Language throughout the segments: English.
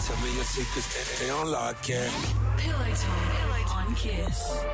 secrets they don't like it. Pillow Talk on Kiss.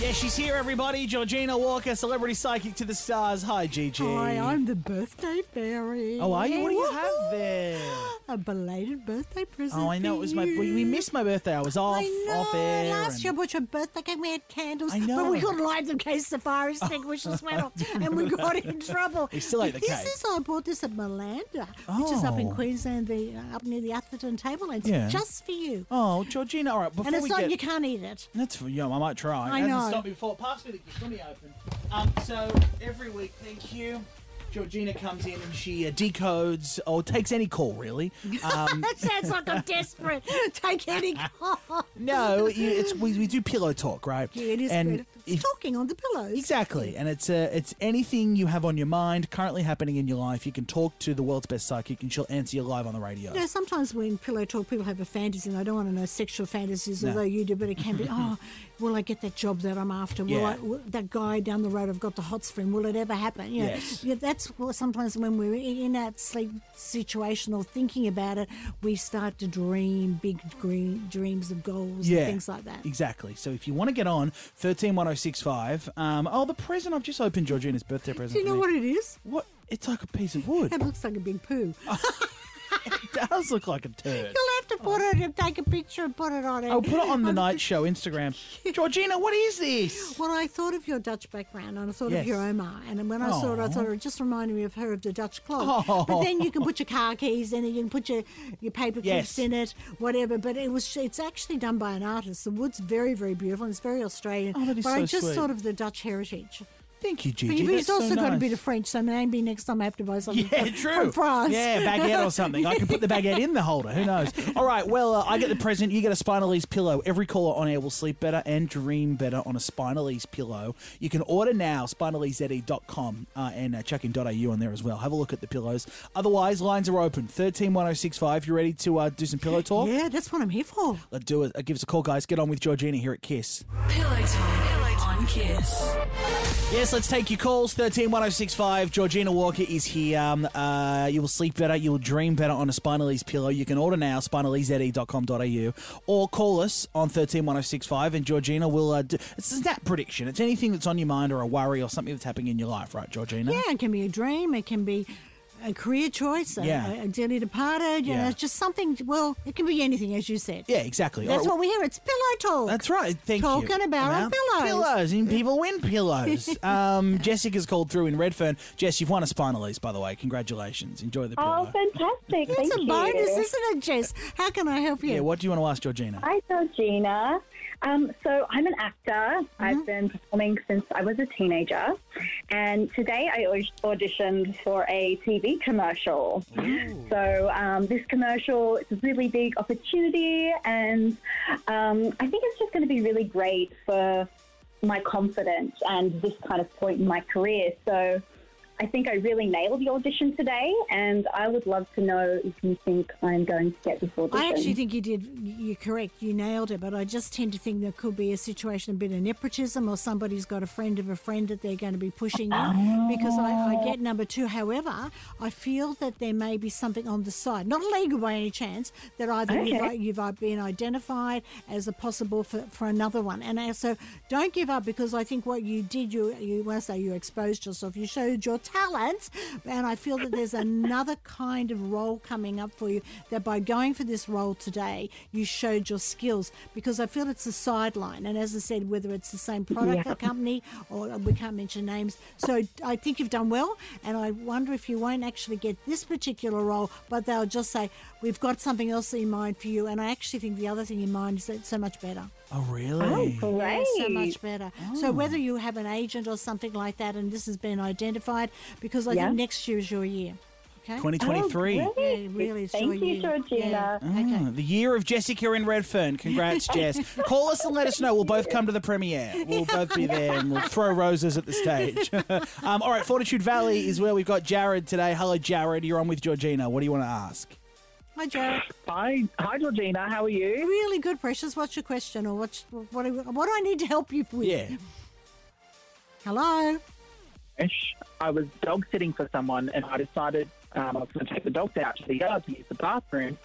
Yeah, she's here, everybody. Georgina Walker, celebrity psychic to the stars. Hi, Gigi. Hi, I'm the birthday fairy. Oh, are you? What do you have there? A belated birthday present. Oh, I know. It for was my. We, you. we missed my birthday. I was off, I know. off air. Last and- year, I bought your birthday cake. We had candles. I know. But we couldn't light them in case the fire extinguishers went off. And we got in trouble. We still ate the this cake. is, I bought this at Melanda, which is up in Oh. Queensland, the, uh, up near the Atherton Tablelands, Yeah. just for you. Oh, Georgina. All right, before and it's we not, get. you can't eat it. That's for yum. I might try. I It hasn't know. stopped me before. Pass me the let me open. Um, so every week, thank you. Georgina comes in and she uh, decodes or takes any call, really. Um, That sounds like I'm desperate. Take any call. no, you, it's we, we do pillow talk, right? Yeah, it is and good. if- It's talking on the pillows. Exactly, and it's uh, it's anything you have on your mind currently happening in your life. You can talk to the world's best psychic, and she'll answer you live on the radio. You know, sometimes when pillow talk, people have a fantasy, and I don't want to know sexual fantasies, No. although you do, but it can be, oh, will I get that job that I'm after? Will, Yeah. I, will that guy down the road I've got the hots for him? Will it ever happen? You know, Yes. yeah, that's what sometimes when we're in that sleep situation or thinking about it, we start to dream big green dreams of goals and things like that. Exactly. So if you want to get on thirteen one zero six five, um, oh, the present I've just opened Georgina's birthday present. Do you know for what me. it is? What? It's like a piece of wood. It looks like a big poo. Oh. It does look like a turd. You'll have to put it and take a picture and put it on it. I'll put it on the night show Instagram. Georgina, what is this? Well, I thought of your Dutch background and I thought Yes. of your Omar. And when I saw it, I thought it just reminded me of her of the Dutch clock. Oh. But then you can put your car keys in it, you can put your, your paper clips Yes. in it, whatever. But it was it's actually done by an artist. The wood's very, very beautiful and it's very Australian. Oh, that is but I so just sweet. thought of the Dutch heritage. Thank you, But Gigi. you've That's he's so also got a nice. bit of French, so maybe next time I have to buy something Yeah, from, true. from France. Yeah, baguette or something. I can put the baguette in the holder. Who knows? All right. Well, uh, I get the present. You get a Spinal Ease pillow. Every caller on air will sleep better and dream better on a Spinal Ease pillow. You can order now, spinalease.com uh, and uh, check in .au on there as well. Have a look at the pillows. Otherwise, lines are open. 131065. You ready to uh, do some pillow talk? Yeah, that's what I'm here for. Let's do it. Uh, give us a call, guys. Get on with Georgina here at Kiss. Pillow Talk on Kiss. Yes, let's take your calls. 131065. Georgina Walker is here. Um, uh, you will sleep better. You will dream better on a Spinal Ease pillow. You can order now, spinalease.com.au, or call us on 131065 and Georgina will. Uh, do, it's a snap prediction. It's anything that's on your mind or a worry or something that's happening in your life, right, Georgina? Yeah, it can be a dream. It can be a career choice. A, Yeah. a, a dearly departed. You Yeah. know, it's just something. Well, it can be anything, as you said. Yeah, exactly. That's All right, what we hear. It's pillow talk. That's right. Thank you. Talking about our pillows. Pillows. And people win pillows. um, Jessica's called through in Redfern. Jess, you've won a Spinal Ease, by the way. Congratulations. Enjoy the pillow. Oh, fantastic. That's Thank a you. bonus, isn't it, Jess? How can I help you? yeah, what do you want to ask, Georgina? Hi, Georgina. Um, so I'm an actor. Mm-hmm. I've been performing since I was a teenager. And today I au- auditioned for a TV commercial. So um, this commercial is a really big opportunity. And um, I think it's just going to be really great for my confidence and this kind of point in my career. So I think I really nailed the audition today. And I would love to know if you think I'm going to get this audition. I actually think you did. You're correct. You nailed it. But I just tend to think there could be a situation, a bit of nepotism, or somebody's got a friend of a friend that they're going to be pushing you. Because I, I get number two. However, I feel that there may be something on the side, not illegal by any chance, that either Okay. you've, you've been identified as a possible for, for another one. And I- so don't give up because I think what you did, you you want to say you exposed yourself, you showed your talents, and I feel that there's another kind of role coming up for you. That by going for this role today, you showed your skills because I feel it's a sideline. And as I said, whether it's the same product or company or we can't mention names, so I think you've done well. And I wonder if you won't actually get this particular role, but they'll just say we've got something else in mind for you. And I actually think the other thing in mind is that it's so much better. Oh, really? Mm. Yeah, Great. so much better. Oh. So whether you have an agent or something like that, and this has been identified, because I Yeah. think next year is your year. Okay. 2023. Oh, Yeah, great. it really, it's Thank your you, year. Georgina. Yeah. Okay. Ah, the year of Jessica in Redfern. Congrats, Jess. Call us and let us know. We'll both come to the premiere. We'll both be there and we'll throw roses at the stage. um, all right, Fortitude Valley is where we've got Jared today. Hello, Jared. You're on with Georgina. What do you want to ask? Hi, Jared. Hi, hi, Georgina. How are you? Really good, Precious. What's your question, or what's what? do you- What do I need to help you with? Yeah. Hello. I was dog sitting for someone, and I decided um, I was going to take the dogs out to the yard to use the bathroom.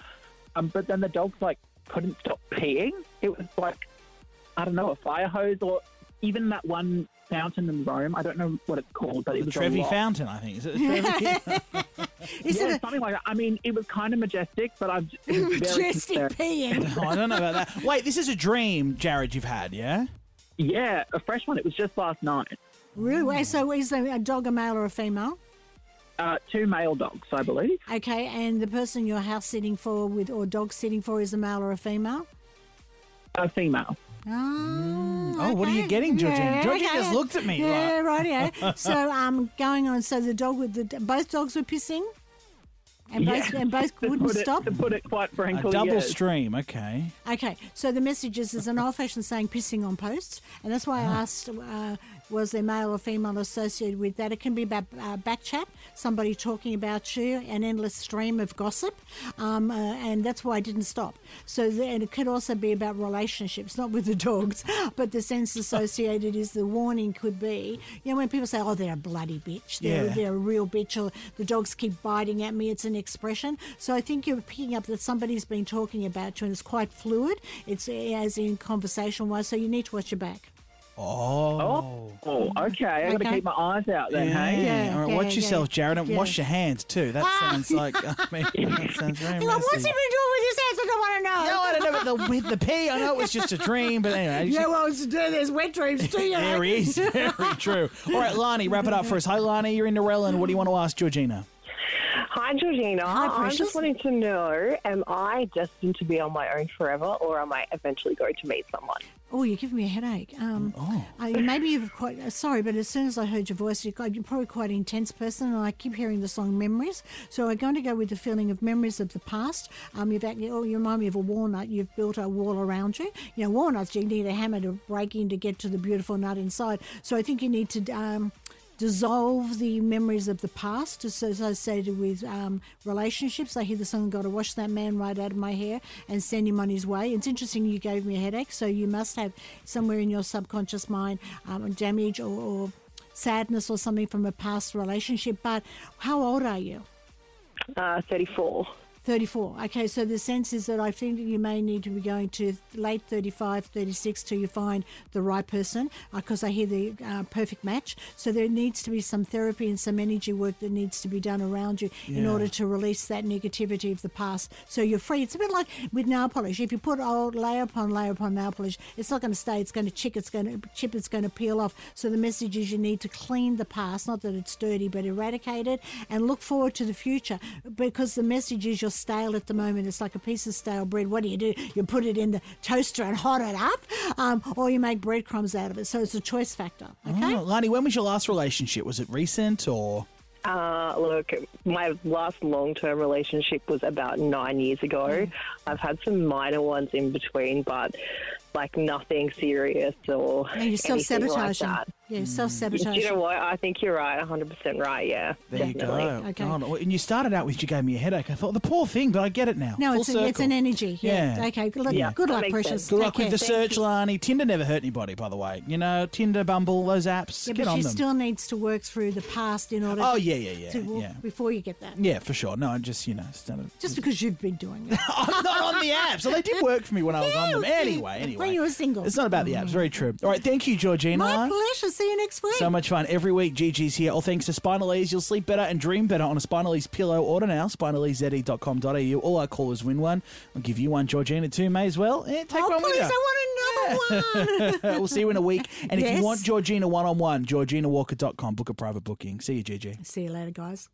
Um, but then the dog's like couldn't stop peeing. It was like, I don't know, a fire hose or even that one fountain in Rome. I don't know what it's called, but it The was Trevi a lot. Fountain, I think. Is it the Trevi? Is Yeah, it something like that. I mean, it was kind of majestic, but I've it a was very majestic concerning. peeing? Oh, I don't know about that. Wait, this is a dream, Jared, you've had, yeah? Yeah, a fresh one. It was just last night. Really? Wait, So is there a dog, a male or a female? Uh, two male dogs, I believe. Okay, and the person you're house sitting for with or dog sitting for is a male or a female? A Uh, female. Oh, Oh, what are you okay. getting, Georgina? Georgina okay. just looked at me Yeah, right. Yeah. so, um, going on. So the dog with the both dogs were pissing, and both Yeah. and both To wouldn't put it- stop. To put it quite A frankly, double yes. stream, okay. Okay, so the message is, is an old fashioned saying pissing on posts, and that's why I asked uh, was there male or female associated with that? It can be about uh, back chat, somebody talking about you, an endless stream of gossip, um, uh, and that's why I didn't stop. So, the, and it could also be about relationships, not with the dogs, but the sense associated is the warning could be, you know, when people say, oh, they're a bloody bitch, they're, Yeah. they're a real bitch, or the dogs keep biting at me, it's an expression. So I think you're picking up that somebody's been talking about you and it's quite fluid, it's as in conversation wise, so you need to watch your back. Oh. Oh, oh, okay. I got to Okay. keep my eyes out then, Yeah. hey? Yeah, All right, yeah, watch yeah. yourself, Jared, and Yeah. wash your hands too. That sounds like, I mean, that sounds very Hang on, what's he been messy. doing with his hands? I don't want to know. No, I don't know, but the, with the pee, I know it was just a dream, but anyway. yeah, well, it's, there's wet dreams too, you know. there he is. Very true. All right, Lani, wrap it up for us. Hi, Lani, you're in Norellan. What do you want to ask Georgina? Hi, Georgina. Hi, I'm precious. just wanting to know am I destined to be on my own forever or am I eventually going to meet someone? Oh, you're giving me a headache. Um, I, maybe you've quite uh, sorry, but as soon as I heard your voice, you're, quite- you're probably quite an intense person, and I keep hearing the song "Memories." So I'm going to go with the feeling of memories of the past. Um, you've act- oh, you remind me of a walnut. You've built a wall around you. You know, walnuts you need a hammer to break in to get to the beautiful nut inside. So I think you need to. Um, dissolve the memories of the past as- associated with um, relationships. I hear the song, Gotta Wash That Man Right Out of My Hair and Send Him on His Way. It's interesting you gave me a headache, so you must have somewhere in your subconscious mind um, damage or, or sadness or something from a past relationship. But how old are you? Uh, 34. 34. Okay, so the sense is that I think that you may need to be going to late 35, 36 till you find the right person because I hear the uh, perfect match. So there needs to be some therapy and some energy work that needs to be done around you in Yeah. order to release that negativity of the past so you're free. It's a bit like with nail polish. If you put old layer upon layer upon nail polish, it's not going to stay. It's going to chick, it's going to chip, it's going to peel off. So the message is you need to clean the past, not that it's dirty, but eradicate it and look forward to the future because the message is you're stale at the moment. It's like a piece of stale bread. What do you do? You put it in the toaster and hot it up, um, or you make breadcrumbs out of it. So it's a choice factor. Okay? Oh, Lani, when was your last relationship? Was it recent or? Uh, look, my last long term relationship was about nine years ago. Hmm. I've had some minor ones in between, but like nothing serious or Yeah, you're anything self sabotaging. Like that. Mm. yeah, self Do sabotaging. you know what? I think you're right, 100% right, yeah. There definitely. you go. Okay. God, and you started out with you gave me a headache. I thought the poor thing, but I get it now. No, Full it's, a, it's circle. an energy. Yeah. Yeah. Okay. Good luck, Yeah, good that luck makes precious. sense. Good Take luck with care. the search, Lani. Tinder never hurt anybody, by the way. You know, Tinder, Bumble, those apps. Yeah, get but on she them. still needs to work through the past in order. Oh, to- yeah, yeah, yeah, to walk yeah. Before you get that, yeah, for sure. No, I just you know started. just because you've been doing it. I'm not on the apps. So they did work for me when I was on them. Yeah, Anyway, when anyway. you were single. It's not about the apps. Very true. All right. Thank you, Georgina. My pleasure. See you next week. So much fun. Every week, Gigi's here. All thanks to Spinal Ease. You'll sleep better and dream better on a Spinal Ease pillow. Order now, E spinalease.com.au. All our callers win one. I'll give you one, Georgina, too. May as well. Eh, take oh one please, with you. I want another one. we'll see you in a week. And if you Yes. want Georgina one on one, georginawalker.com. Book a private booking. See you, Gigi. See you later, guys.